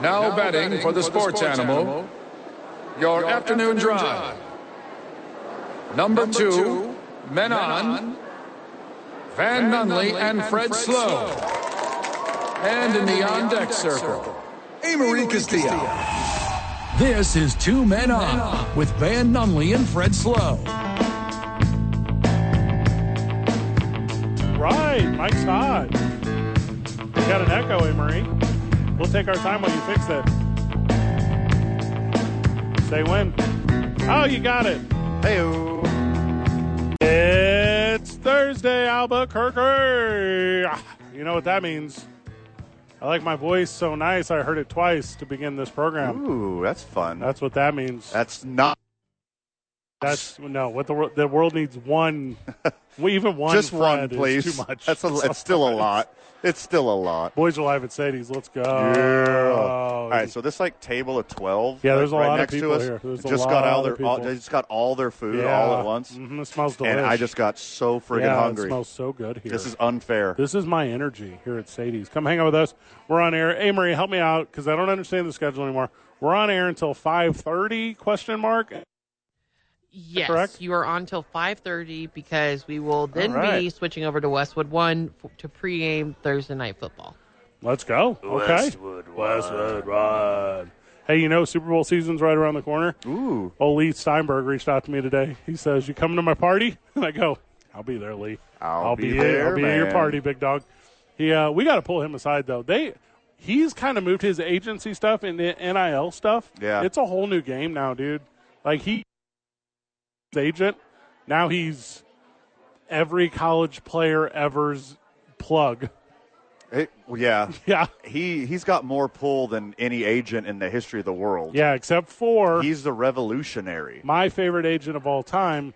Now, betting, for the sports, animal, your, afternoon, drive. Number, two, Men On, Van, Nunley, and Fred, Slow. And in the on deck circle, Amory Castillo. This is Two Men On with Van Nunley and Fred Slow. Right, Mike's hot. We got an echo, Emery. We'll take our time while you fix that. Say when. Oh, you got it. Heyo. It's Thursday, Albuquerque. Ah, You know what that means. I like my voice so nice, I heard it twice to begin this program. Ooh, that's fun. That's what that means. That's not That's no. What the world? The world needs one. well, even one. just one, Fred is please. Too much. That's a, it's still a lot. It's still a lot. Boys are live at Sadie's. Let's go. Oh, All right, so this like table of twelve. Yeah, like, there's a right lot of next people to us. here. There's a just got lot all of their, all, people. they just got all their food Yeah. all at once, Mhm, it smells delicious. and I just got so friggin' yeah, hungry. It smells so good here. this is unfair. This is my energy here at Sadie's. Come hang out with us. We're on air. Amory, help me out because I don't understand the schedule anymore. We're on air until five thirty? Question mark. Yes, correct? you are on till 5:30 because we will then All right. be switching over to Westwood One f- to pregame Thursday night football. Let's go. Okay. Westwood One. Westwood One. Hey, you know Super Bowl season's right around the corner. Ooh, Old Lee Steinberg reached out to me today. He says, "You coming to my party?" And I go, "I'll be there, Lee. I'll be at- there, I'll be at your man." party, big dog." He, uh, we got to pull him aside though. They, he's kind of moved his agency stuff and the NIL stuff. Yeah. it's a whole new game now, dude. Like he, his agent. Now he's every college player ever's plug. It- well, yeah. Yeah, He he's got more pull than any agent in the history of the world. yeah. Except for He's the revolutionary, my favorite agent of all time,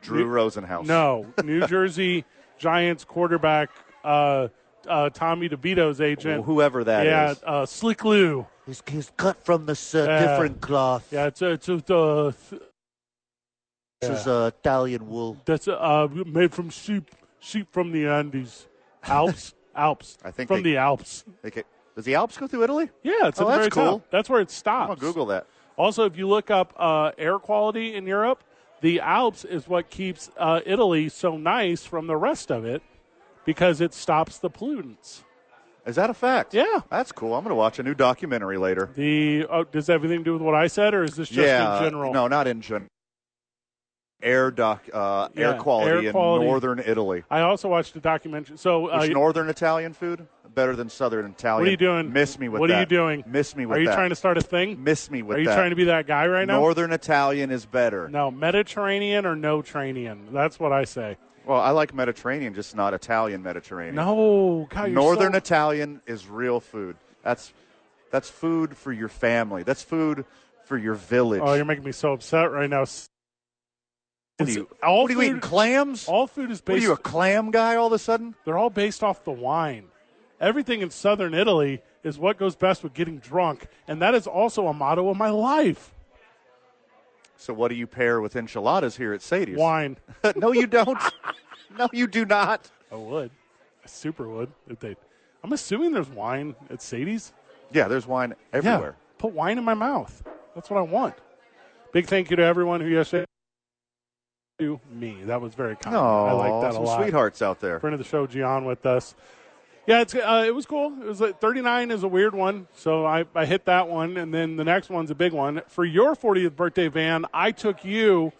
Drew Rosenhaus. No, New Jersey Giants quarterback uh, uh, Tommy DeVito's agent. whoever that is. yeah, uh, Slick Lou. He's, he's cut from this uh, Yeah. different cloth. Yeah, it's it's, it's uh, th- This is uh, Italian wool. that's uh, made from sheep sheep from the Andes, Alps, Alps. I think from they- the Alps. Okay. Does the Alps go through Italy? Yeah, it's at the Oh, that's very top. cool. That's where it stops. I'm gonna Google that. Also, if you look up uh, air quality in Europe, the Alps is what keeps uh, Italy so nice from the rest of it because it stops the pollutants. Is that a fact? Yeah. That's cool. I'm going to watch a new documentary later. The oh, does everything do with what I said, or is this just yeah. in general? No, not in general. Air doc, uh, Yeah, air, quality air quality. in northern Italy. I also watched a documentary. So uh, Is northern Italian food better than southern Italian? what are you doing? Miss me with what that. are you doing? Miss me with Are you that. trying to start a thing? miss me with are you that? trying to be that guy right now? northern Italian is better? No, Mediterranean or no Tranian. That's what I say. Well, I like Mediterranean, just not Italian Mediterranean. No, God, you're northern so- Italian is real food. That's that's food for your family. That's food for your village. Oh, you're making me so upset right now. It's- What are you, all what are you food- eating clams? All food is What are based. you, a clam guy all of a sudden? they're all based off the wine. Everything in southern Italy is what goes best with getting drunk, and that is also a motto of my life. So what do you pair with enchiladas here at Sadie's? Wine. no, you don't. no, you do not. I would. I super would if they. I'm assuming there's wine at Sadie's. Yeah, there's wine everywhere. Yeah. Put wine in my mouth. That's what I want. Big thank you to everyone who yesterday. To me, that was very kind. No, I like that some a lot. sweethearts out there. Friend of the show, Gian, with us. Yeah, it's uh, it was cool. It was like 39 is a weird one, so I, I hit that one, and then the next one's a big one. For your 40th birthday, Van, I took you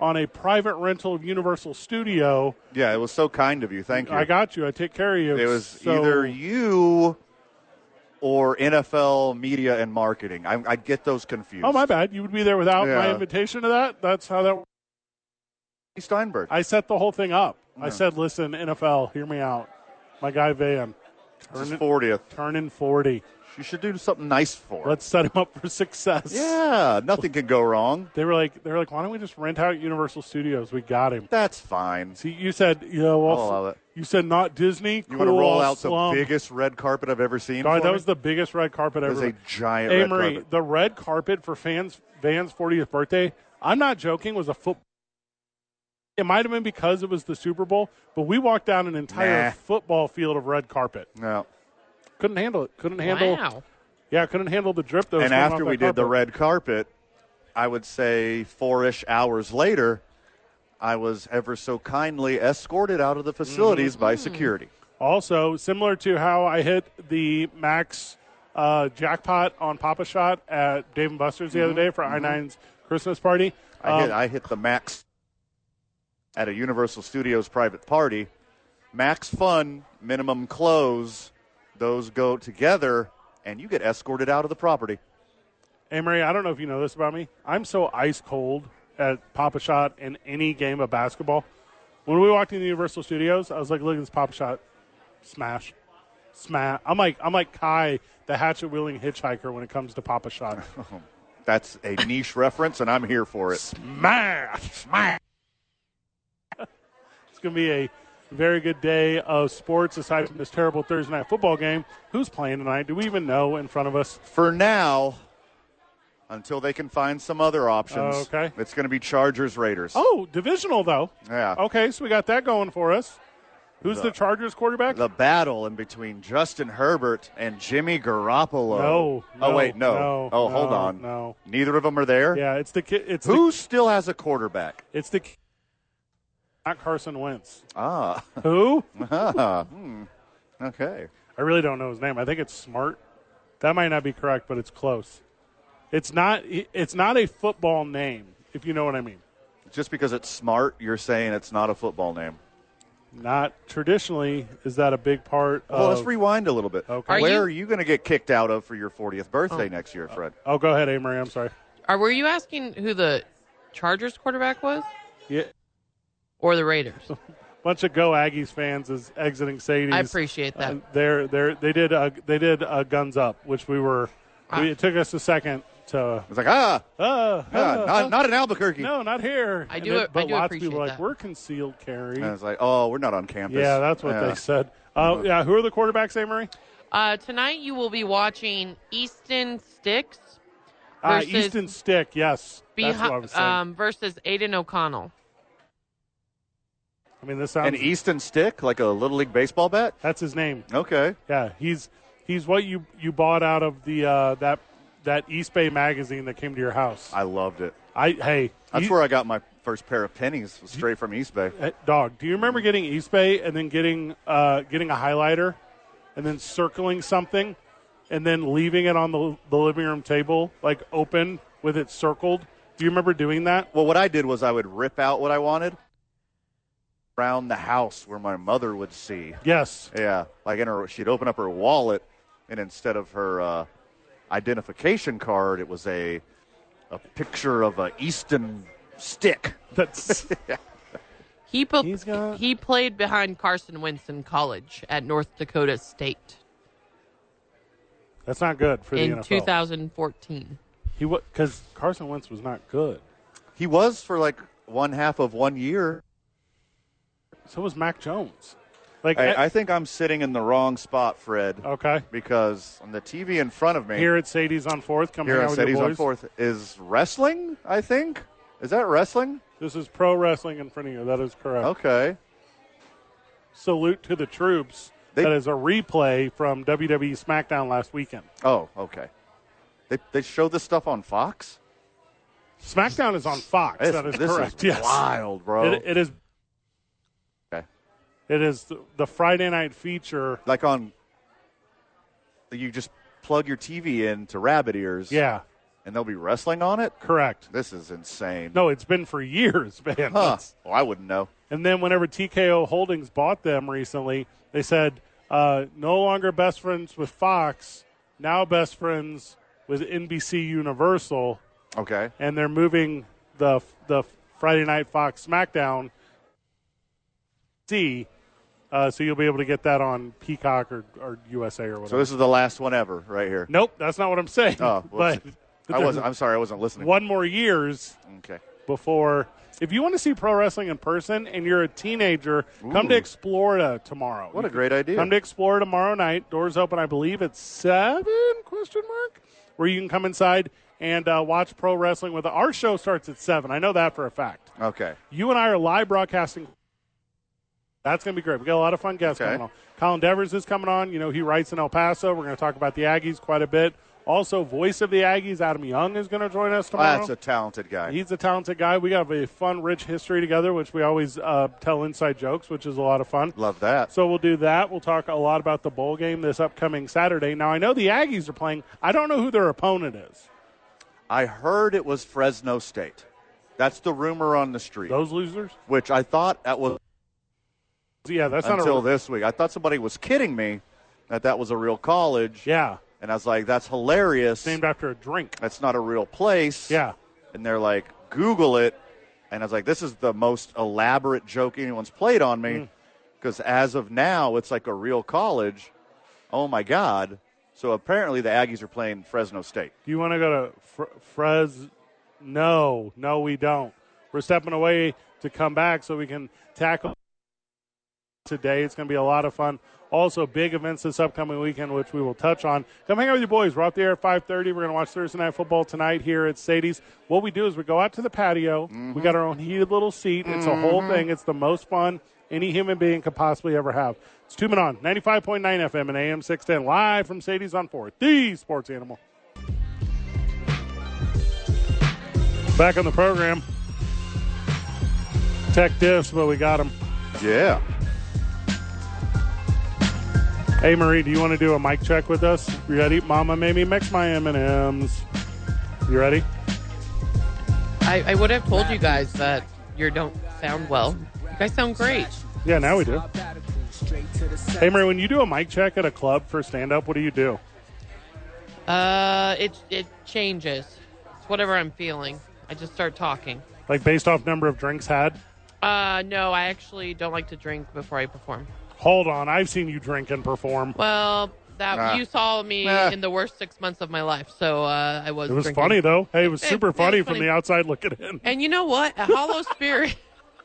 on a private rental of Universal Studio. Yeah, it was so kind of you. Thank you. I got you. I take care of you. it was So- either you or NFL media and marketing. I, I get those confused. Oh, my bad. You would be there without my Yeah. invitation to that. That's how that. Steinberg. I set the whole thing up. I said, "Listen, NFL, hear me out. My guy Van, This turning, fortieth. turning forty. You should do something nice for. it. Let's set him up for success." yeah, nothing can go wrong. They were like, they were like, "Why don't we just rent out Universal Studios? We got him." That's fine. See, you said, you know, well, I'll allow it. you said not Disney. You cool, want to roll I'll out slum. the biggest red carpet I've ever seen? God, for that me? was the biggest red carpet It ever. was a giant red Amory, carpet. the red carpet for fans Van's 40th birthday. I'm not joking. Was a foot. It might have been because it was the Super Bowl, but we walked down an entire Nah. football field of red carpet. No. Couldn't handle it. Couldn't handle. wow. Yeah, I couldn't handle the drip. That was and coming after off we that did the carpet. red carpet, I would say four ish hours later, I was ever so kindly escorted out of the facilities Mm-hmm. by security. Also, similar to how I hit the max uh, jackpot on Papa Shot at Dave and Buster's the other day for I9's Christmas party. I, um, hit, I hit the max at a Universal Studios private party. Max fun, minimum close, those go together, and you get escorted out of the property. Amory, I don't know if you know this about me. I'm so ice cold at Papa Shot in any game of basketball. When we walked into Universal Studios, I was like, "Look at this Papa Shot, smash, smash." I'm like, I'm like Kai, the hatchet wielding hitchhiker, when it comes to Papa Shot, That's a niche reference, and I'm here for it. smash, smash. it's gonna be a very good day of sports aside from this terrible Thursday night football game. Who's playing tonight? Do we even know in front of us? For now, until they can find some other options, Okay. it's going to be Chargers Raiders. Oh, divisional though. Yeah. Okay, so we got that going for us. Who's the, Chargers quarterback? The battle in between Justin Herbert and Jimmy Garoppolo. No, oh no, wait, no. no, oh, hold no, on. no. Neither of them are there. yeah, it's the kid. It's Who still has a quarterback? The, it's the ki- not Carson Wentz. Ah. Who? hmm. Okay. I really don't know his name. I think it's Smart. That might not be correct, but it's close. It's not. It's not a football name, if you know what I mean. Just because it's smart, you're saying it's not a football name. Not traditionally is that a big part of. Well, let's rewind a little bit. Oh. Okay. Are Where you- are you going to get kicked out of for your 40th birthday next year, Fred? oh, go ahead, Amory. I'm sorry. Are were you asking who the Chargers quarterback was Yeah, or the Raiders? bunch of Go Aggies fans is exiting Sadie's. I appreciate that. Uh, they're, they're, they did uh, they did uh, guns up, which we were. Ah. We, it took us a second to. It's like ah, Uh, uh, ah, uh, not, not in Albuquerque. no, not here. I And do- it- but I do lots of people appreciate were like that. we're concealed carry. And it's like oh, we're not on campus. yeah, that's what Yeah. they said. Uh, yeah, who are the quarterbacks, Amory? Uh, tonight you will be watching Easton Sticks Uh, versus Easton Stick. Yes, that's what I was behi- saying. um, versus Aiden O'Connell. I mean, this sounds. An Easton stick, like a little league baseball bat. that's his name. Okay. Yeah, he's he's what you you bought out of the uh, that that East Bay magazine that came to your house. I, I loved it. hey, That's you- where I got my first pair of pennies, was straight from East Bay. Uh, dog, do you remember getting East Bay and then getting uh, getting a highlighter and then circling something and then leaving it on the, the living room table, like open with it circled? Do you remember doing that? Well, what I did was I would rip out what I wanted around the house where my mother would see. Yes. Yeah, like in her, she'd open up her wallet, and instead of her uh, identification card, it was a a picture of a Easton stick. That's He pl- He's got- he played behind Carson Wentz in college at North Dakota State that's not good for the in NFL. 2014. He because Carson Wentz was not good. He was for like one half of one year. So was Mac Jones. Like eh, I, I think I'm sitting in the wrong spot, Fred, okay, because on the TV in front of me Oh. here at Sadie's on Fourth, come hang here I out with said your he's boys. on fourth is wrestling. I think is that wrestling? This is pro wrestling in front of you. That is correct. Okay. Salute to the troops. They- that is a replay from WWE SmackDown last weekend. Oh, okay. They they show this stuff on Fox. SmackDown is on Fox. This, that is this correct. is yes. wild, bro. It, it is. Okay. It is the, the Friday night feature. like on you just plug your TV in to rabbit ears Yeah, and they'll be wrestling on it correct. this is insane No, it's been for years, man. huh. well i wouldn't know And then whenever TKO Holdings bought them recently, they said uh, no longer best friends with Fox, now best friends with NBC Universal, okay and they're moving the the Friday night Fox SmackDown. See, uh, so you'll be able to get that on Peacock or, or USA or whatever. so this is the last one ever right here Nope, that's not what I'm saying. Oh, well, but i wasn't i'm sorry i wasn't listening one more years okay before. If you want to see pro wrestling in person and you're a teenager, come to Ooh. Explorida tomorrow. what You a great can idea Come to Explorida tomorrow night. Doors open, I believe, at seven? Question mark. Where you can come inside and uh, watch pro wrestling with our show starts at seven. I know that for a fact. okay You and I are live broadcasting. That's going to be great. We got a lot of fun guests Okay. coming on. Colin Devers is coming on. You know, he writes in El Paso. We're going to talk about the Aggies quite a bit. Also, voice of the Aggies, Adam Young, is going to join us tomorrow. That's a talented guy. He's a talented guy. We have a fun, rich history together, which we always uh, tell inside jokes, which is a lot of fun. Love that. So we'll do that. We'll talk a lot about the bowl game this upcoming Saturday. Now, I know the Aggies are playing. I don't know who their opponent is. I heard it was Fresno State. That's the rumor on the street, Those losers? which I thought that was Yeah, that's until not a. this week. I thought somebody was kidding me that that was a real college, Yeah, and I was like, "That's hilarious. named after a drink. That's not a real place." Yeah. and they're like, Google it. And I was like, this is the most elaborate joke anyone's played on Hmm. me. Because as of now, it's like a real college. Oh my God. So apparently the Aggies are playing Fresno State. Do you want to go to Fr- Fres? No, no, we don't. We're stepping away to come back so we can tackle today. It's going to be a lot of fun. Also, big events this upcoming weekend, which we will touch on. Come hang out with your boys. We're off the air at 5.30. We're going to watch Thursday Night Football tonight here at Sadie's. What we do is we go out to the patio. We got our own heated little seat. It's a whole thing. It's the most fun any human being could possibly ever have. It's Two Men On, 95.9 FM and AM 610, live from Sadie's on 4, the sports animal. Back on the program. Tech diffs, but we got them. Yeah. Hey Marie, do you want to do a mic check with us? You ready? Mama made me mix my M and M's. You ready? I, I would have told you guys that you don't sound well. You guys sound great. Yeah, now we do. Hey Marie, when you do a mic check at a club for stand up, what do you do? Uh, it it changes. It's whatever I'm feeling. I just start talking. Like based off number of drinks had? Uh, no, I actually don't like to drink before I perform. Hold on, I've seen you drink and perform. Well, that Nah. you saw me Nah. in the worst six months of my life, so uh, I was. It was drinking. funny though. Hey, it was Hey, super it was funny from funny. the outside looking in. And you know what? A hollow spirit.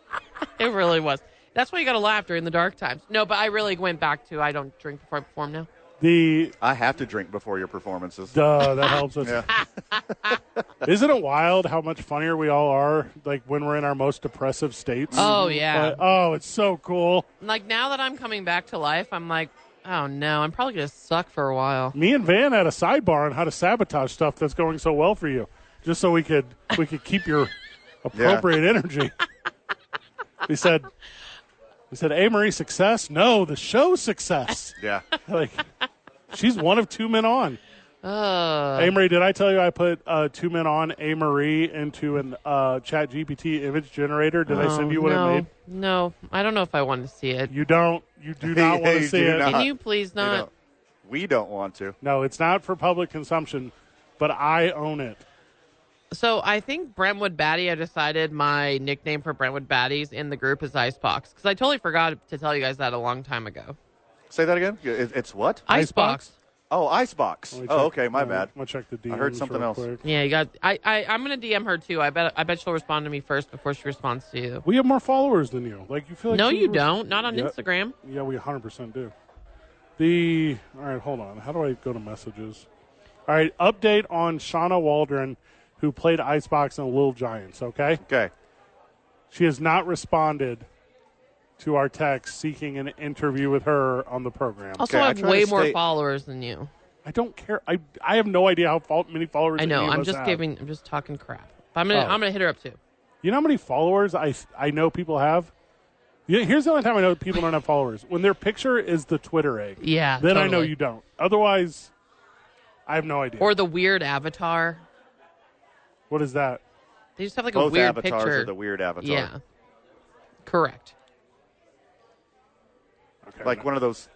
it really was. That's why you got to laugh during the dark times. No, but I really went back to I don't drink before I perform now. The I have to drink before your performances. duh that helps us. Yeah. Isn't it wild how much funnier we all are? Like when we're in our most depressive states. Oh yeah. Mm-hmm. But, oh, it's so cool. like now that I'm coming back to life, I'm like, oh no, I'm probably gonna suck for a while. me and Van had a sidebar on how to sabotage stuff that's going so well for you, just so we could we could keep your appropriate energy. We said, we said, "Hey, Marie, success? No, the show success." Yeah. like, she's one of two men on. Uh, Amory, did I tell you I put uh, two men on Amory into an uh, Chat GPT image generator? Did I send you what Oh, no, it made? No, I don't know if I want to see it. You don't. You do not want You to see do it. not. Can you please You not? know, we don't want to. No, it's not for public consumption, but I own it. So I think Brentwood Batty. I decided my nickname for Brentwood Baddies in the group is Icebox because I totally forgot to tell you guys that a long time ago. Say that again. It- It's what? Icebox? Icebox. Oh, Icebox. Let me Oh, check- okay. My I'm gonna- bad. I'm gonna check the DMs I heard something real else. quick. Yeah, you got. I, I I'm gonna DM her too. I bet I bet she'll respond to me first before she responds to you. We have more followers than you. Like you feel like No, you, you don't. Not on Yeah. Instagram. Yeah, we 100 percent do. The all right, hold on. How do I go to messages? All right, update on Shauna Waldron, who played Icebox in Little Giants. Okay, Okay. she has not responded to our text seeking an interview with her on the program. Also, Okay, I I have try way to more stay- followers than you. I don't care. I I have no idea how fol- many followers. I know. any of I'm us just have. giving. I'm just talking crap. But I'm gonna. Oh. I'm gonna hit her up too. You know how many followers I I know people have. Yeah, here's the only time I know people don't have followers when their picture is the Twitter egg. Yeah. then I know totally. you don't. Otherwise, I have no idea. Or the weird avatar. what is that? They just have like Both a weird avatars picture. are the weird avatar. yeah. Correct. Okay, Like one of those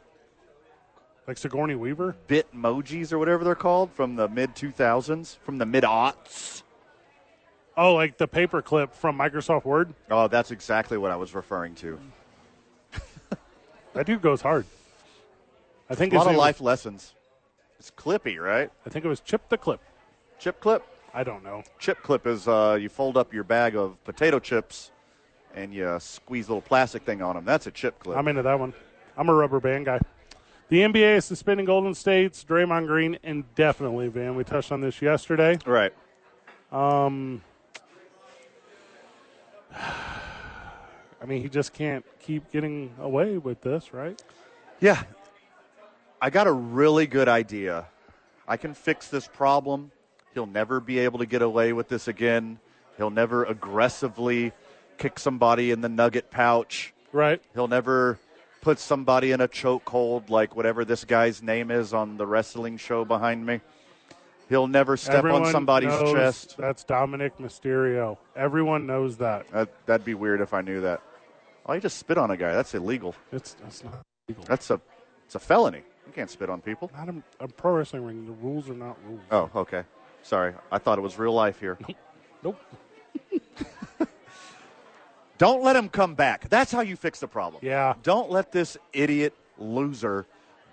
like Sigourney Weaver. Bitmojis or whatever they're called from the mid 2000s, from the mid aughts. Oh, like the paperclip from Microsoft Word. Oh, that's exactly what I was referring to. That dude goes hard. I think A lot his of name was- life lessons. It's Clippy, right? I think it was Chip the Clip. Chip clip. I don't know. Chip clip is uh, you fold up your bag of potato chips and you squeeze a little plastic thing on them. That's a chip clip. I'm into that one. I'm a rubber band guy. The NBA is suspending Golden State's Draymond Green indefinitely, Van. We touched on this yesterday. right. I mean, he just can't keep getting away with this, right? Yeah. I got a really good idea I can fix this problem. He'll never be able to get away with this again. He'll never aggressively kick somebody in the nugget pouch. Right. He'll never put somebody in a chokehold like whatever this guy's name is on the wrestling show behind me. He'll never step Everyone on somebody's knows chest. That's Dominic Mysterio. Everyone knows that. That, that'd be weird if I knew that. Oh, you just spit on a guy. That's illegal. It's that's not legal. That's a, it's a felony. You can't spit on people. Not a, a pro wrestling ring. The rules are not rules. Oh, okay. Sorry. I thought it was real life here. Nope. Don't let him come back. That's how you fix the problem. Yeah. Don't let this idiot loser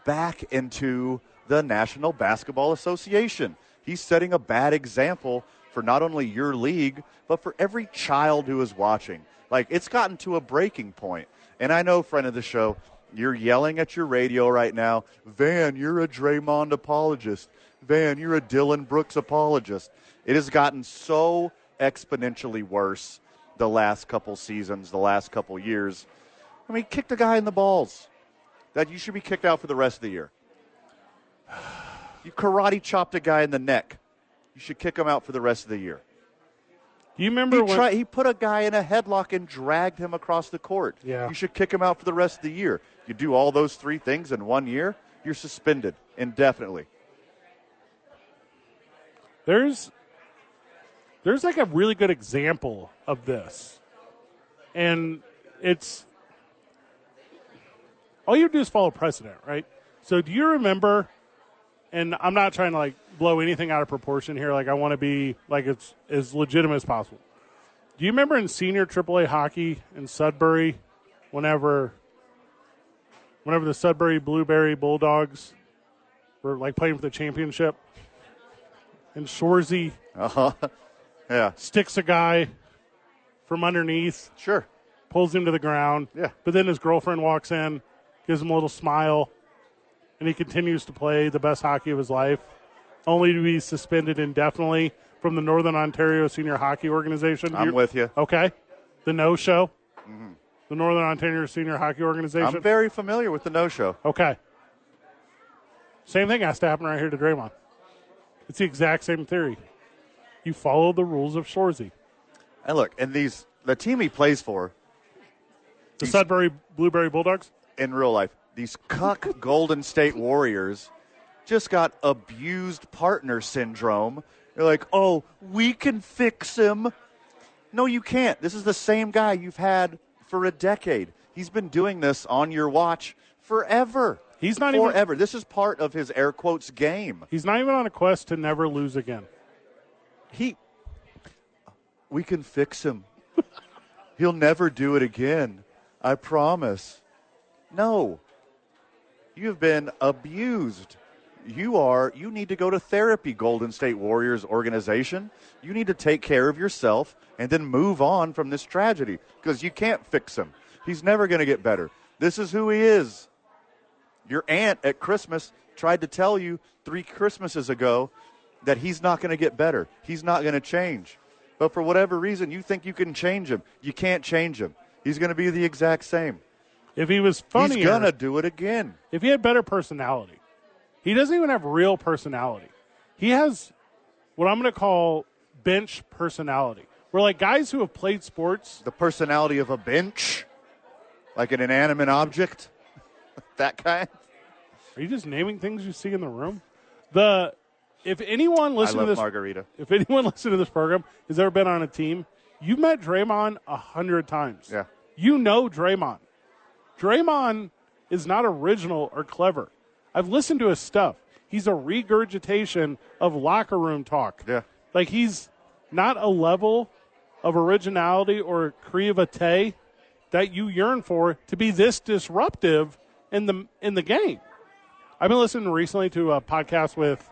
back into the National Basketball Association. He's setting a bad example for not only your league, but for every child who is watching. Like, it's gotten to a breaking point. And I know, friend of the show, you're yelling at your radio right now, Van, you're a Draymond apologist. Van, you're a Dylan Brooks apologist. It has gotten so exponentially worse the last couple seasons, the last couple years. I mean, kick the guy in the balls. That you should be kicked out for the rest of the year. You karate chopped a guy in the neck. You should kick him out for the rest of the year. Do you He remember when? tried, he put a guy in a headlock and dragged him across the court. Yeah. You should kick him out for the rest of the year. You do all those three things in one year, you're suspended indefinitely. there's there's like a really good example of this and it's all you do is follow precedent right so do you remember and i'm not trying to like blow anything out of proportion here like i want to be like it's as legitimate as possible do you remember in senior aaa hockey in sudbury whenever whenever the sudbury blueberry bulldogs were like playing for the championship and shorzy Uh-huh. Yeah, sticks a guy from underneath, sure. pulls him to the ground. Yeah. But then his girlfriend walks in, gives him a little smile, and he continues to play the best hockey of his life, only to be suspended indefinitely from the Northern Ontario Senior Hockey Organization. I'm You're- with you. Mm-hmm. Okay. The no show. The Northern Ontario Senior Hockey Organization. I'm very familiar with the no-show. Okay. Same thing has to happen right here to Draymond. It's the exact same theory. You follow the rules of Shorzy. And look, and these the team he plays for The Sudbury Blueberry Bulldogs? in real life, these cuck Golden State Warriors just got abused partner syndrome. They're like, oh, we can fix him. No, you can't. This is the same guy you've had for a decade. He's been doing this on your watch forever. He's not even- forever. This is part of his air quotes game. He's not even on a quest to never lose again. He, we can fix him. He'll never do it again. I promise. No. You've been abused. You are, you need to go to therapy, Golden State Warriors organization. You need to take care of yourself and then move on from this tragedy because you can't fix him. He's never going to get better. This is who he is. Your aunt at Christmas tried to tell you three Christmases ago that he's not going to get better. He's not going to change. But for whatever reason, you think you can change him. You can't change him. He's going to be the exact same. If he was funnier, He's going to do it again. if he had better personality, he doesn't even have real personality. He has what I'm going to call bench personality. We're like guys who have played sports. The personality of a bench, like an inanimate object, that kind. Are you just naming things you see in the room? The if anyone I listening to love this margarita. if anyone listening to this program has ever been on a team, you've met Draymond a hundred times. Yeah. You know Draymond. Draymond is not original or clever. I've listened to his stuff. He's a regurgitation of locker room talk. Yeah. Like he's not a level of originality or creativity that you yearn for to be this disruptive in the in the game. I've been listening recently to a podcast with.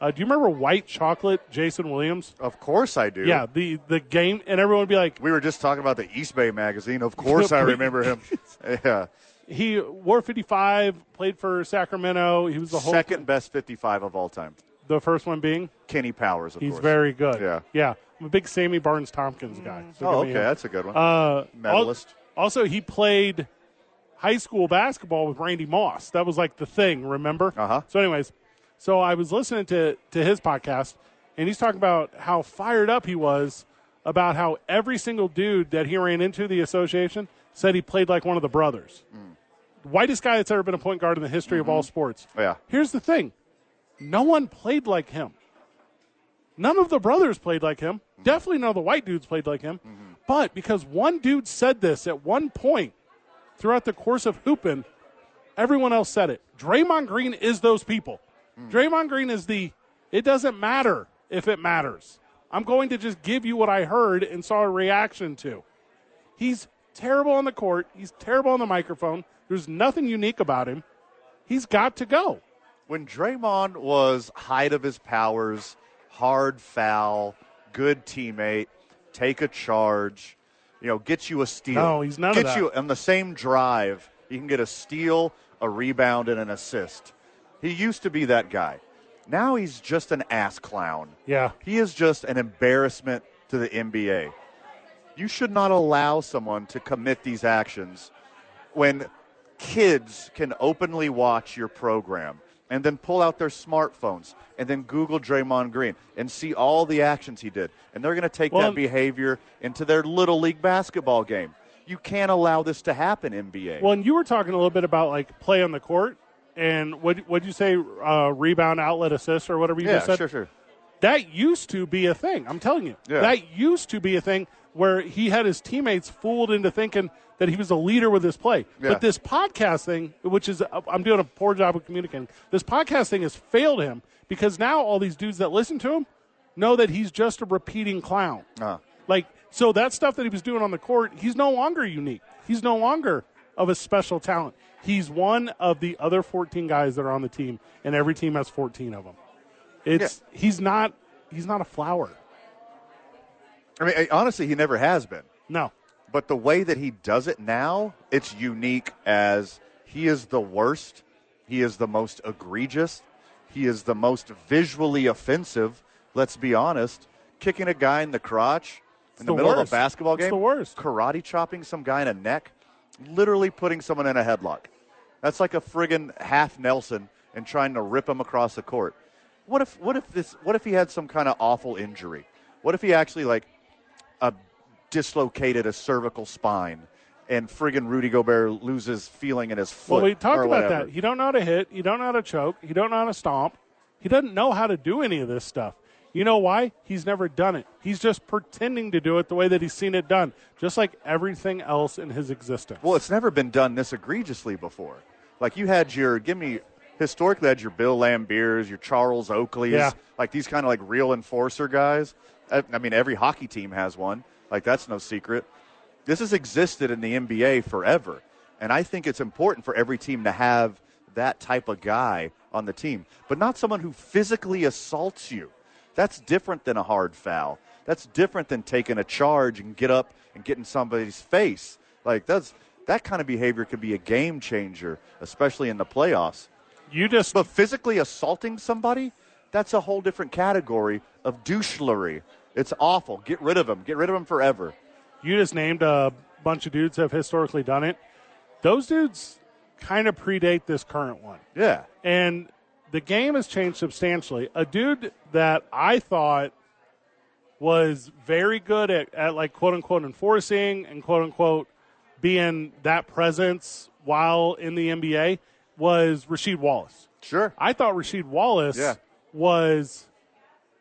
Uh, do you remember White Chocolate, Jason Williams? Of course I do. Yeah, the the game, and everyone would be like, We were just talking about the East Bay magazine. Of course I remember him. Yeah. he wore 55, played for Sacramento. He was the whole Second best 55 of all time. the first one being Kenny Powers, of he's course. very good. Yeah. yeah. I'm a big Sammy Barnes Tompkins guy. so Oh, give me okay. him. That's a good one. Uh, Medalist. al- also, he played high school basketball with Randy Moss. That was like the thing, remember? Uh-huh. So, anyways, So I was listening to, to his podcast, and he's talking about how fired up he was about how every single dude that he ran into the association said he played like one of the brothers. Whitest guy that's ever been a point guard in the history of all sports. Yeah. Here's the thing no one played like him. None of the brothers played like him. Definitely none of the white dudes played like him. But because one dude said this at one point throughout the course of hooping, everyone else said it. Draymond Green is those people. Draymond Green is the, it doesn't matter if it matters. I'm going to just give you what I heard and saw a reaction to. He's terrible on the court. He's terrible on the microphone. There's nothing unique about him. He's got to go. when Draymond was height of his powers, hard foul, good teammate, take a charge, you know, get you a steal. No, he's none of get that. you on the same drive. You can get a steal, a rebound, and an assist. He used to be that guy. Now he's just an ass clown. Yeah. He is just an embarrassment to the NBA. You should not allow someone to commit these actions when kids can openly watch your program and then pull out their smartphones and then Google Draymond Green and see all the actions he did. And they're going to take Well, that behavior into their little league basketball game. You can't allow this to happen, NBA. Well, and you were talking a little bit about like play on the court and what what'd you say uh, rebound, outlet, assist, or whatever you yeah, just said. sure, sure. That used to be a thing. I'm telling you, Yeah. that used to be a thing where he had his teammates fooled into thinking that he was a leader with his play. Yeah. But this podcast thing, which is uh, I'm doing a poor job of communicating, this podcast thing has failed him because now all these dudes that listen to him know that he's just a repeating clown. Uh, Like, so that stuff that he was doing on the court, he's no longer unique. He's no longer of a special talent. He's one of the other 14 guys that are on the team, and every team has 14 of them. It's he's not he's not a flower. I mean, I- honestly, he never has been. No, But the way that he does it now, it's unique as he is the worst, he is the most egregious, he is the most visually offensive, let's be honest. Kicking a guy in the crotch in the, the middle of a worst. basketball It's game, the worst. karate chopping some guy in a neck, literally putting someone in a headlock. That's like a friggin' half Nelson and trying to rip him across the court. What if what if this what if he had some kind of awful injury? What if he actually like a dislocated a cervical spine, and friggin' Rudy Gobert loses feeling in his foot. well, we talked or about whatever. that. He don't know how to hit. He don't know how to choke. He don't know how to stomp. He doesn't know how to do any of this stuff. You know why? He's never done it. He's just pretending to do it the way that he's seen it done, just like everything else in his existence. Well, it's never been done this egregiously before. Like you had your, give me historically had your Bill Lambiers, your Charles Oakleys, Yeah. like these kind of like real enforcer guys. I, I mean, every hockey team has one. Like that's no secret. This has existed in the NBA forever, and I think it's important for every team to have that type of guy on the team, but not someone who physically assaults you. That's different than a hard foul. That's different than taking a charge and get up and get in somebody's face. Like that's that kind of behavior could be a game changer, especially in the playoffs. you just But physically assaulting somebody, that's a whole different category of douchelery. It's awful. Get rid of him. Get rid of him forever. you just named a bunch of dudes that have historically done it. Those dudes kind of predate this current one. Yeah. And the game has changed substantially. A dude that I thought was very good at, at like quote unquote enforcing and quote unquote being that presence while in the NBA was Rasheed Wallace. Sure. I thought Rasheed Wallace Yeah. was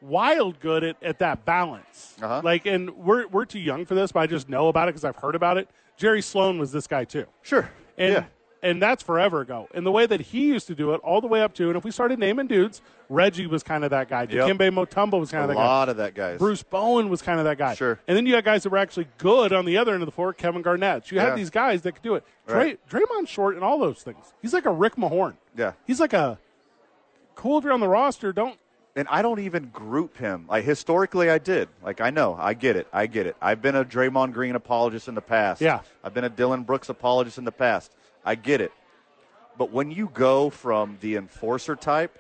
wild good at, at that balance. Uh-huh. Like, and we're, we're too young for this, but I just know about it because I've heard about it. Jerry Sloan was this guy too. Sure. And, yeah. and that's forever ago. And the way that he used to do it, all the way up to, and if we started naming dudes, Reggie was kind of that guy. Yep. Dikembe Motumbo was kind A of that guy. lot of that guys. Bruce Bowen was kind of that guy. Sure. And then you had guys that were actually good on the other end of the floor, Kevin Garnett. You Yeah. had these guys that could do it. Dray- Right. Draymond Short and all those things. He's like a Rick Mahorn. Yeah. He's like a cool if you're on the roster. Don't and I don't even group him. Like historically, I did. Like I know, I get it, I get it. I've been a Draymond Green apologist in the past. Yeah. I've been a Dylan Brooks apologist in the past. I get it. But when you go from the enforcer type,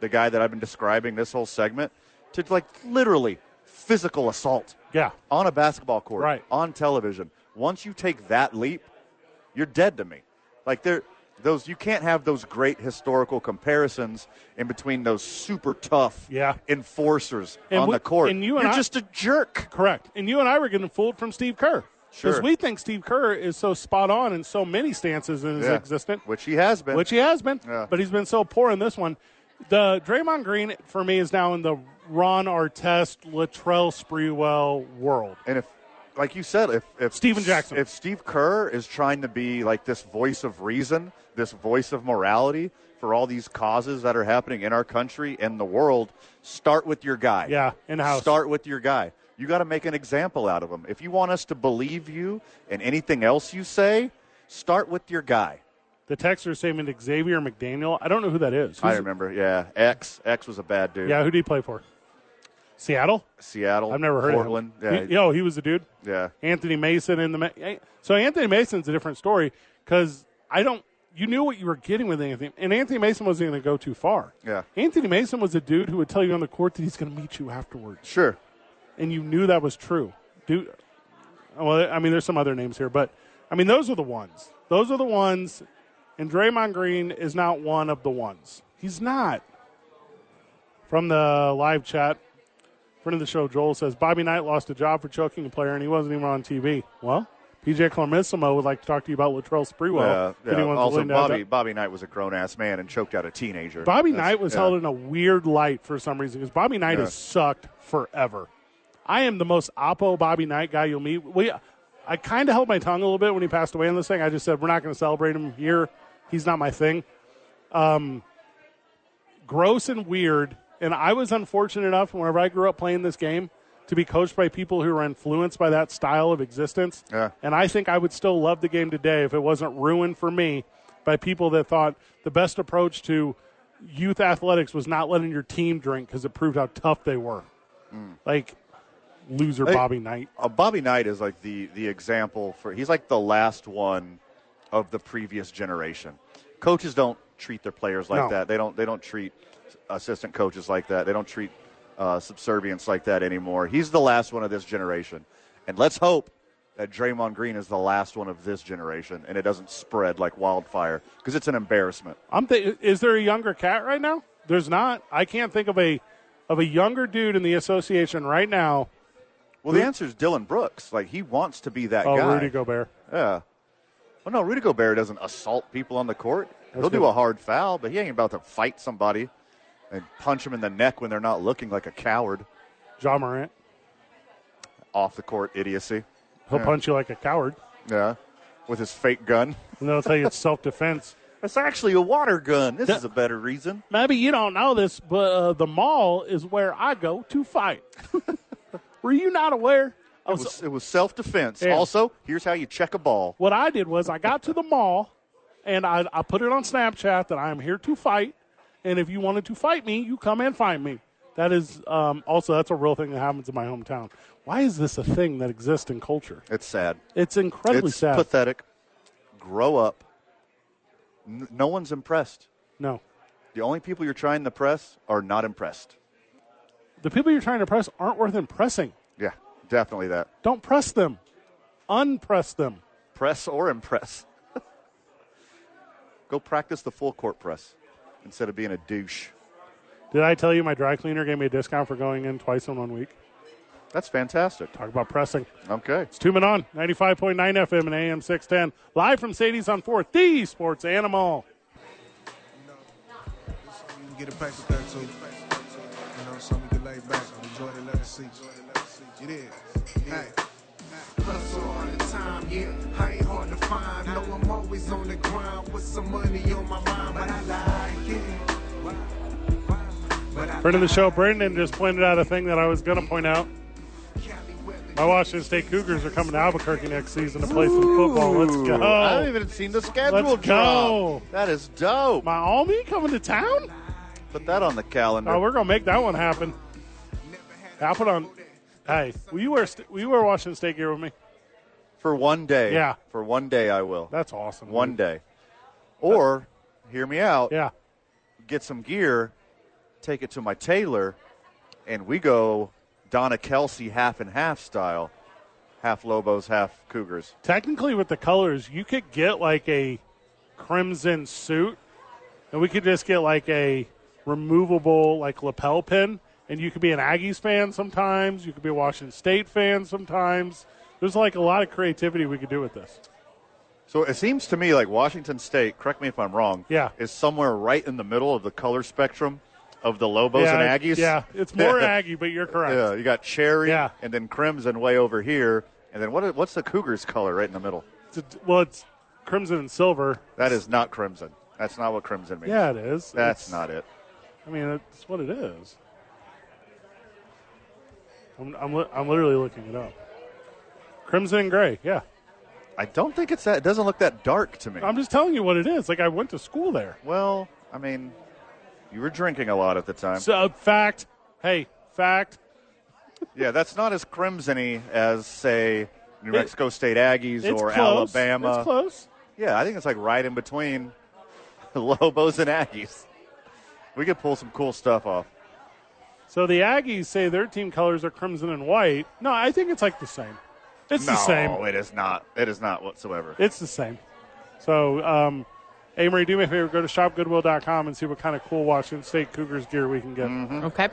the guy that I've been describing this whole segment, to like literally physical assault yeah. on a basketball court, Right. on television, once you take that leap, you're dead to me. Like there, those you can't have those great historical comparisons in between those super tough Yeah. enforcers And on we- the court. and you and You're I- just a jerk. Correct. And you and I were getting fooled from Steve Kerr. Sure. Because we think Steve Kerr is so spot on in so many stances in his Yeah. existence, which he has been. which he has been, Yeah. but he's been so poor in this one. The Draymond Green, for me, is now in the Ron Artest, Latrell Sprewell world. and if, like you said, if if Steven Jackson. if Steve Kerr is trying to be like this voice of reason, this voice of morality for all these causes that are happening in our country and the world, start with your guy. Yeah, in-house. Start with your guy. You got to make an example out of him. If you want us to believe you and anything else you say, start with your guy. The texts are saying Xavier McDaniel. I don't know who that is. I Who's- remember. Yeah, X X was a bad dude. Yeah, who do you play for? Seattle? Seattle. I've never heard Portland. of him. Yeah, He- yo, he was the dude. yeah. Anthony Mason in the Ma- eh, so Anthony Mason's a different story because I don't you knew what you were getting with Anthony and Anthony Mason wasn't going to go too far. Yeah. Anthony Mason was a dude who would tell you on the court that he's going to meet you afterwards, Sure. and you knew that was true. Dude, well, I mean, there's some other names here, but I mean, those are the ones. Those are the ones, and Draymond Green is not one of the ones. He's not. From the live chat, friend of the show Joel says Bobby Knight lost a job for choking a player, and he wasn't even on TV. Well, PJ Clemissimo would like to talk to you about Latrell Sprewell. Yeah, if yeah. anyone's Also, willing to have Bobby that- Bobby Knight was a grown ass man and choked out a teenager. Bobby That's- Knight was yeah. held in a weird light for some reason because Bobby Knight Yeah. has sucked forever. I am the most oppo Bobby Knight guy you'll meet. We, I kind of held my tongue a little bit when he passed away in this thing. I just said we're not going to celebrate him here. He's not my thing. Um, gross and weird. And I was unfortunate enough whenever I grew up playing this game to be coached by people who were influenced by that style of existence. Yeah. And I think I would still love the game today if it wasn't ruined for me by people that thought the best approach to youth athletics was not letting your team drink because it proved how tough they were. Like loser Hey. Bobby Knight. Uh, Bobby Knight is like the the example for. He's like the last one of the previous generation. Coaches don't treat their players like No. that. They don't. They don't treat assistant coaches like that. They don't treat uh, subservience like that anymore. He's the last one of this generation, and let's hope that Draymond Green is the last one of this generation, and it doesn't spread like wildfire because it's an embarrassment. I'm th- is there a younger cat right now? There's not. I can't think of a of a younger dude in the association right now. Well, the answer is Dylan Brooks. Like he wants to be that Oh, guy. Rudy Gobert. Yeah. Well, no, Rudy Gobert doesn't assault people on the court. He'll do good. a hard foul, but he ain't about to fight somebody and punch them in the neck when they're not looking like a coward. John Morant. Off the court idiocy. He'll punch you like a coward. Yeah. With his fake gun. And they'll tell you it's self defense. It's actually a water gun. This is a better reason. Maybe you don't know this, but uh, the mall is where I go to fight. Were you not aware? I It was- was, it was self defense. Yeah. Also, here's how you check a ball. what I did was I got to the mall and I, I put it on Snapchat that I am here to fight. And if you wanted to fight me, you come and fight me. That is um, also that's a real thing that happens in my hometown. Why is this a thing that exists in culture? It's sad. It's incredibly it's sad. pathetic. Grow up. N- no one's impressed. no, The only people you're trying to press are not impressed. the people you're trying to press aren't worth impressing. Yeah, definitely that. Don't press them. Unpress them. press or impress. Go practice the full court press instead of being a douche. Did I tell you my dry cleaner gave me a discount for going in twice in one week? That's fantastic. Talk about pressing. Okay. It's Two Men On, 95.9 FM and AM 610. Live from Sadie's on 4th, the sports animal. You get a pack of that too. You know, something you can lay back and enjoy the legacy. It is. Hey. Hustle all the time, yeah. I ain't hard to find. No, I'm always on the grind with some money on my mind, but I like it. But I Friend of the show, Brendan, just pointed out a thing that I was going to point out. My Washington State Cougars are coming to Albuquerque next season to play some football. Let's go. I haven't even seen the schedule Let's drop. go. That is dope. My Almy coming to town? Put that on the calendar. Oh, we're going to make that one happen. I'll put on. Hey, will you wear, st- will you wear Washington State gear with me? For one day. Yeah. For one day, I will. That's awesome. one dude. day. Or, hear me out, Yeah. get some gear, take it to my tailor, and we go Donna Kelsey half and half style. Half Lobos, half Cougars. Technically, with the colors, you could get like a crimson suit, and we could just get like a removable like lapel pin, and you could be an Aggies fan sometimes. You could be a Washington State fan sometimes. There's like a lot of creativity we could do with this. So it seems to me like Washington State, correct me if I'm wrong, Yeah. is somewhere right in the middle of the color spectrum of the Lobos yeah, and Aggies. Yeah, it's more Aggie, but you're correct. Yeah, you got cherry Yeah. and then crimson way over here. And then what, what's the Cougars color right in the middle? It's a- well, it's crimson and silver. That is not crimson. That's not what crimson means. Yeah, it is. That's It's- not it. I mean, that's what it is. I'm, I'm, li- I'm literally looking it up. Crimson and gray. Yeah, I don't think it's that. It doesn't look that dark to me. I'm just telling you what it is. Like I went to school there. well, I mean, you were drinking a lot at the time. So uh, fact. Hey, fact. yeah, that's not as crimsony as, say, New Mexico State Aggies It's or close. Alabama. It's close. Yeah, I think it's like right in between Lobos and Aggies. We could pull some cool stuff off. So the Aggies say their team colors are crimson and white. No, I think it's like the same. It's no, the same. it is not. It is not whatsoever. It's the same. So, um, Amory, do me a favor. Go to shopgoodwill.com and see what kind of cool Washington State Cougars gear we can get. Mm-hmm. Okay.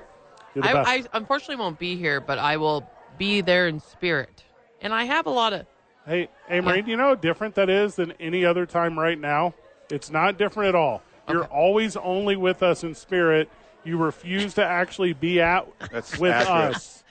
You're the I, best. I unfortunately won't be here, but I will be there in spirit. And I have a lot of. Hey, Amory, Yeah. do you know how different that is than any other time right now? It's not different at all. You're Okay. always only with us in spirit. You refuse to actually be at That's with accurate. us.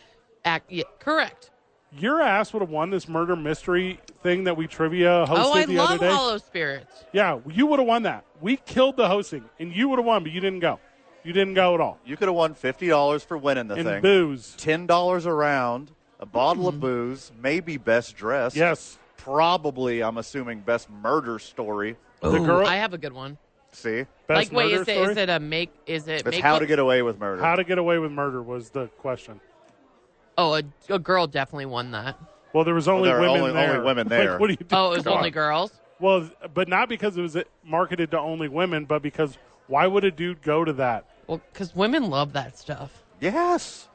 Act, yeah, correct. Your ass would have won this murder mystery thing that we trivia hosted oh, I the love other day. Hollow Spirits. Yeah, you would have won that. We killed the hosting, and you would have won, but you didn't go. You didn't go at all. You could have won fifty dollars for winning the And thing. booze. Mm-hmm. Ten dollars a round, a bottle of booze, maybe best dressed. Yes. Probably, I'm assuming best murder story. the girl. I have a good one. See, best like, wait, murder is it, is story? it a make? Is it it's make? how to get away with murder. How to get away with murder was the question. oh, a, a girl definitely won that. Well, there was only there are women only- there. only women Like, there. what do you do? Oh, it was Come on. only girls. Well, but not because it was marketed to only women, but because why would a dude go to that? Well, because women love that stuff. yes.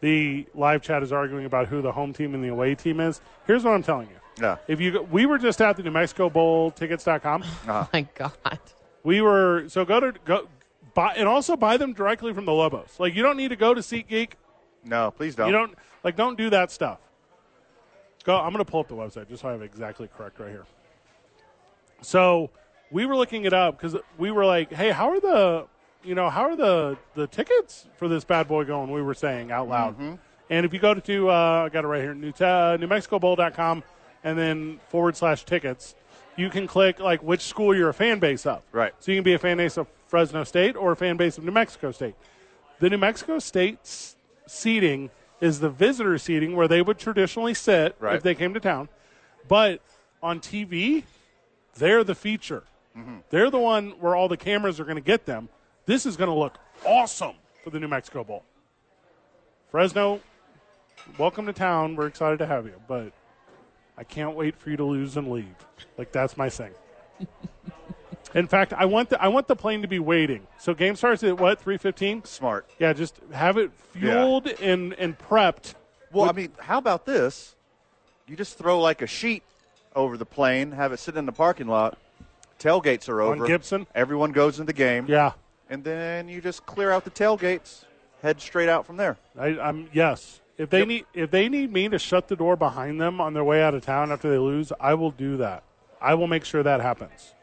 The live chat is arguing about who the home team and the away team is. Here's what I'm telling you. Yeah. If you go- we were just at the New Mexico Bowl tickets.com. My God. We were so go to go buy and also buy them directly from the Lobos. Like you don't need to go to SeatGeek. No, please don't. You don't like don't do that stuff. Go. I'm going to pull up the website just so I have it exactly correct right here. So we were looking it up because we were like, hey, how are the you know how are the the tickets for this bad boy going? We were saying out loud. And if you go to uh, I got it right here, New, uh, NewMexicoBowl.com, and then forward slash tickets, you can click like which school you're a fan base of. Right. So you can be a fan base of Fresno State or a fan base of New Mexico State. The New Mexico State s- seating is the visitor seating where they would traditionally sit Right. if they came to town. But on TV, they're the feature. They're the one where all the cameras are going to get them. This is going to look awesome for the New Mexico Bowl. Fresno, welcome to town. We're excited to have you, but I can't wait for you to lose and leave. Like that's my thing. In fact, I want the I want the plane to be waiting. So game starts at what three fifteen? Smart. Yeah, just have it fueled and and prepped. Well, I mean, how about this? You just throw like a sheet over the plane, have it sit in the parking lot. Tailgates are On over. Gibson? Everyone goes in the game. Yeah, And then you just clear out the tailgates, head straight out from there. I, I'm yes. If they Yep. need if they need me to shut the door behind them on their way out of town after they lose, I will do that. I will make sure that happens.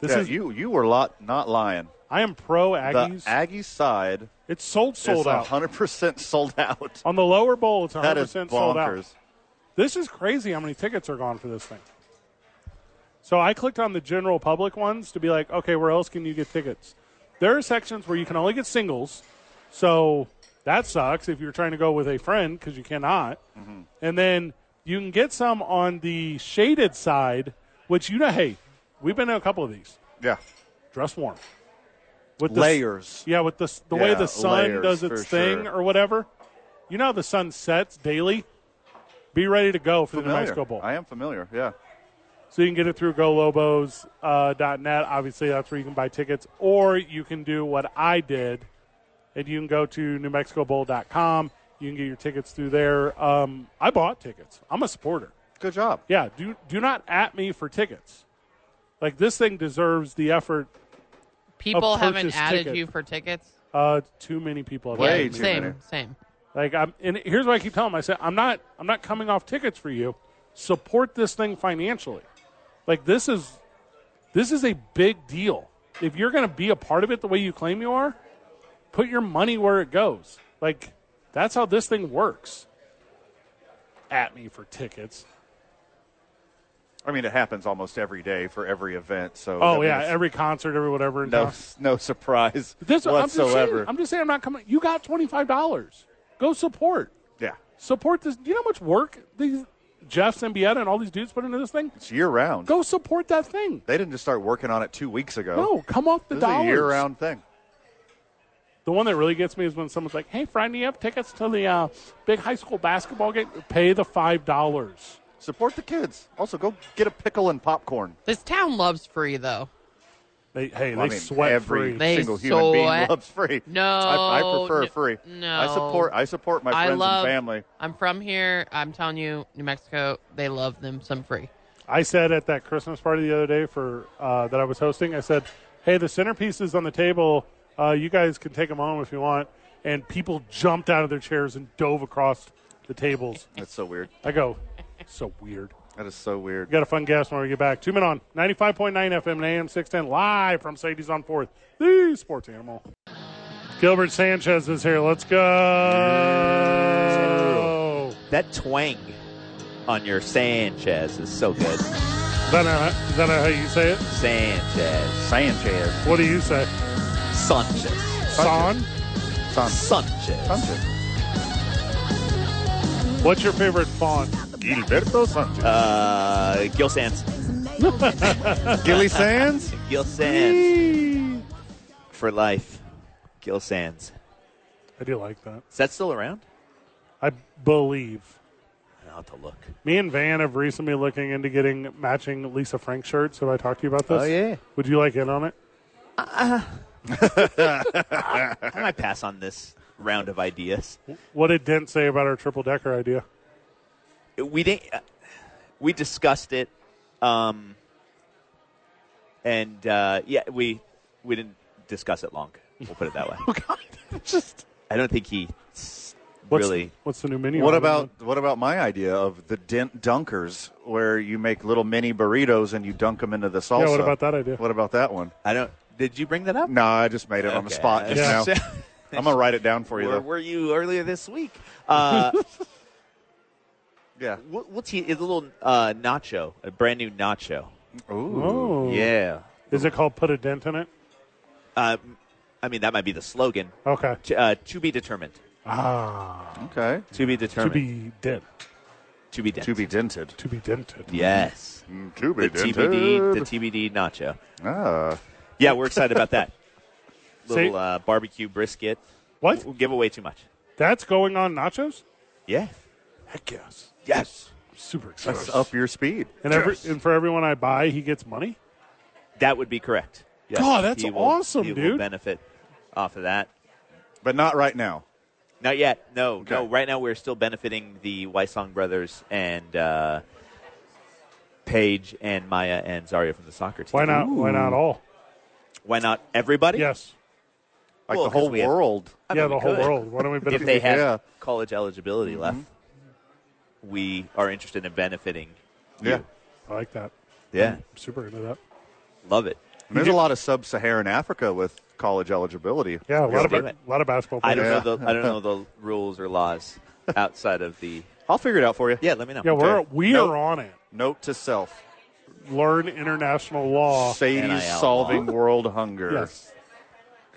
This yeah, is you you were lot, not lying. I am pro The Aggies. Aggie side it's sold sold is out 100% sold out. on the lower bowl. It's 100 That is percent sold out. bonkers. This is crazy how many tickets are gone for this thing. So I clicked on the general public ones to be like, okay, where else can you get tickets? There are sections where you can only get singles. So that sucks if you're trying to go with a friend because you cannot. And then you can get some on the shaded side, which you know, hey, we've been to a couple of these. Yeah. Dress warm. With the- Layers. yeah, with the s- the way Yeah, the sun layers, does its for thing sure. or whatever. You know how the sun sets daily. Be ready to go for the New Mexico Bowl. Familiar. I am familiar. Yeah. So you can get it through golobos.net. Uh, dot net. Obviously, that's where you can buy tickets, or you can do what I did, and you can go to newmexicobowl.com. You can get your tickets through there. Um, I bought tickets. I'm a supporter. Good job. Yeah, do do not at me for tickets. Like this thing deserves the effort. People haven't purchase added ticket. you for tickets. Uh, too many people. Have Way added too me. same, many. same. Like I'm, and here's what I keep telling them. I said I'm not, I'm not coming off tickets for you. Support this thing financially. Like this is, this is a big deal. If you're going to be a part of it the way you claim you are, put your money where it goes. Like that's how this thing works. At me for tickets. I mean, it happens almost every day for every event. So I Oh mean, yeah, it's every concert, every whatever. in no town. no surprise this I'm just saying- whatsoever. I'm just saying I'm not coming. You got twenty five dollars. Go support. yeah, Support this. Do you know how much work these Jeffs and Bietta and all these dudes put into this thing? it's year round. Go support that thing. They didn't just start working on it two weeks ago. No, come off the Oh. this is dollars. a year round thing. The one that really gets me is when someone's like, "Hey, Friday, you have tickets to the uh, big high school basketball game. Pay the five dollars." Support the kids. Also, go get a pickle and popcorn. This town loves free though. They, hey, Well, I they mean, sweat every free. They single human being sweat- loves free. No, I, I prefer no- free. I no. support. I support my I friends love- and family. I'm from here. I'm telling you, New Mexico, they love them some free. I said at that Christmas party the other day for uh, that I was hosting, I said, "Hey, the centerpieces on the table. Uh, you guys can take them home if you want." And people jumped out of their chairs and dove across the tables. That's so weird. I go, "So weird." That is so We weird. got a fun guest when we get back. Two men on 95.9 FM and AM 610 live from Sadie's on 4th, the sports animal. Gilbert Sanchez is here. Let's go. That twang on your Sanchez is so good. Is that, not, is that not how you say it? Sanchez. Sanchez. What do you say? Sanchez. Son? Sanchez. Sanchez. Sanchez. What's your favorite font? Gilberto Sanchez. Uh, Gil Sands. Gilly Sands. Gil Sands. For life. Gil Sands. I do like that. Is that still around? I believe. I'll have to look. Me and Van have recently looking into getting matching Lisa Frank shirts. Have I talked to you about this? Oh, yeah. Would you like in on it? I might pass on this round of ideas. What did Dent say about our triple decker idea? we didn't. uh, We discussed it, um, and uh, yeah, we we didn't discuss it long. We'll put it that way. Oh, Just I don't think he s- what's, really. What's the new menu? on What it? about what about my idea of the dent dunkers, where you make little mini burritos and you dunk them into the salsa? Yeah, what about that idea? What about that one? I don't. Did you bring that up? No, I just made it on the Okay. spot just Yeah. now. I'm gonna write it down for you Where though. were you earlier this week? Uh, yeah. what, what's he? A little uh, nacho, a brand new nacho. Ooh. Oh. Yeah. Is it called Put a Dent in It? Uh, I mean, that might be the slogan. Okay. To, uh, to be determined. Ah. Okay. To be To determined. be dent. To be. dent. To be dented. To be dented. Yes. Mm, To be The TBD. The dented. TBD nacho. ah. Yeah, we're excited about that. See? Little uh, barbecue brisket. What? We'll give away too much. That's going on nachos? Yeah. Heck yes. Yes. I'm super excited. That's up your speed. And every and for everyone I buy, he gets money. That would be correct. Yes. God, that's He will- awesome, he dude. Will benefit off of that. But not right now. Not yet. No, Okay. no. Right now, we're still benefiting the Weissong brothers and uh, Paige and Maya and Zaria from the soccer team. Why not? Why not all? Why not everybody? Yes. Like Well, the whole 'cause we have- world. I yeah, mean, the we whole could. world. Mm-hmm. Why don't we If benefit? they have Yeah. college eligibility left, we are interested in benefiting. Yeah. I like that. Yeah. I'm super into that. Love it. And there's a lot of sub-Saharan Africa with college eligibility. Yeah, a lot of do it. a lot of basketball I players. don't Yeah. know the I don't know the rules or laws outside of the. I'll figure it out for you. Yeah, let me know. Yeah, we're Okay. we Nope. are on it. Note to self: Learn international law. Sadie's NIL. solving world hunger. Oh. Yes.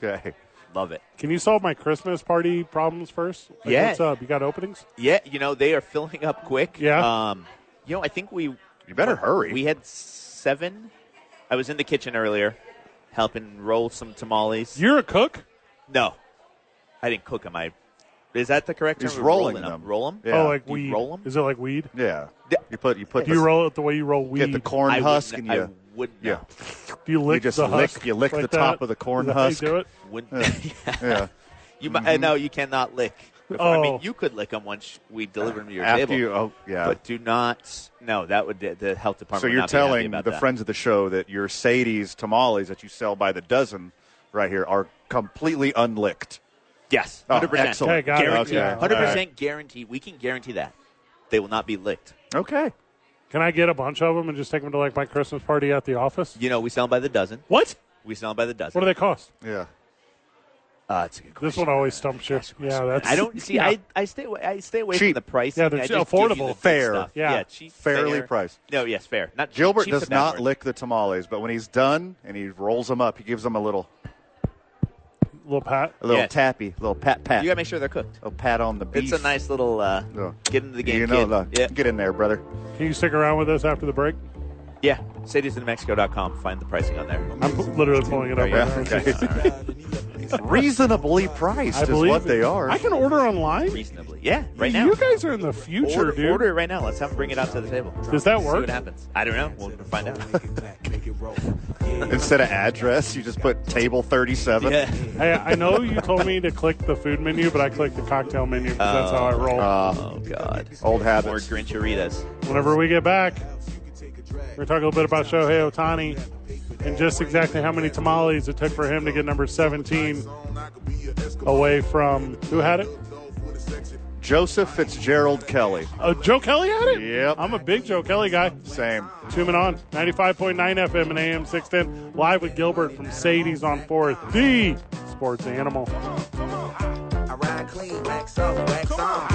Okay. Love it. Can you solve my Christmas party problems first? Like, Yeah. What's up? You got openings? Yeah, you know they are filling up quick. Yeah. Um, you know I think we You better hurry. we had seven. I was in the kitchen earlier, helping roll some tamales. You're a cook? no, I didn't cook them. I is that the correct He's term? rolling them. them. Roll them. Yeah. Oh, like You weed. roll 'em? Is it like weed? Yeah. Yeah. You put you put Do the, you roll it the way you roll weed? get the corn I husk wouldn't- and you I would yeah not. Do you lick just the lick- husk you lick like the that? top of the Is corn that how you husk. do it? Wouldn't. yeah. Mm-hmm. You might, uh, no, you cannot lick before. I Oh. mean, you could lick them once we deliver them to your After table. you, oh yeah. But do not. No, that would the, the health department. so would you're not be happy telling the about that. friends of the show that your Sadie's tamales that you sell by the dozen right here are completely unlicked. Yes, Oh, hundred percent. excellent. Okay, got it. Guaranteed. Okay. Hundred All percent guarantee. We can guarantee that they will not be licked. Okay. Can I get a bunch of them and just take them to like my Christmas party at the office? You know, we sell them by the dozen. What? We sell them by the dozen. What do they cost? Yeah. Uh, it's a good This question. one always stumps you. Yeah, that's. I don't see. Yeah. I, I stay away. I stay away Cheap. from the price. Yeah, they're I cheap, just give you the affordable, good fair. stuff. Yeah. cheap, Fairly fair. priced. No, yes, fair. Not cheap. Gilbert Cheap's a does bad not word. lick the tamales, but when he's done and he rolls them up, he gives them a little, little pat. a little Yes. tappy, a little pat pat, You gotta make sure they're cooked. a pat on the beef. It's a nice little uh, Yeah. get into the game. you know, kid. the- yeah. get in there, brother. Can you stick around with us after the break? Yeah, sadiesinmexico.com. Find the pricing on there. I'm Mm-hmm. pu- literally pulling it up. Yeah, Right now. okay. Reasonably priced is believe what it. they are. I can order online. Reasonably. Yeah, right now. You guys are in the future, order, dude. order it right now. Let's have them bring it out to the table. Does that See work? what happens. I don't know. We'll find out. Instead of address, you just put table 37. yeah. Hey, I know you told me to click the food menu, but I clicked the cocktail menu because that's how I roll. Uh, Oh God. old More habits. Grincheritas. Whenever we get back, we're talking a little bit about Shohei Otani and just exactly how many tamales it took for him to get number 17 away from who had it? Joseph Fitzgerald Kelly. Oh, Joe Kelly had it? Yep. I'm a big Joe Kelly guy. Same. Tuning on 95.9 FM and AM 610. Live with Gilbert from Sadie's on 4th, the sports animal. I ride clean, wax up, wax on.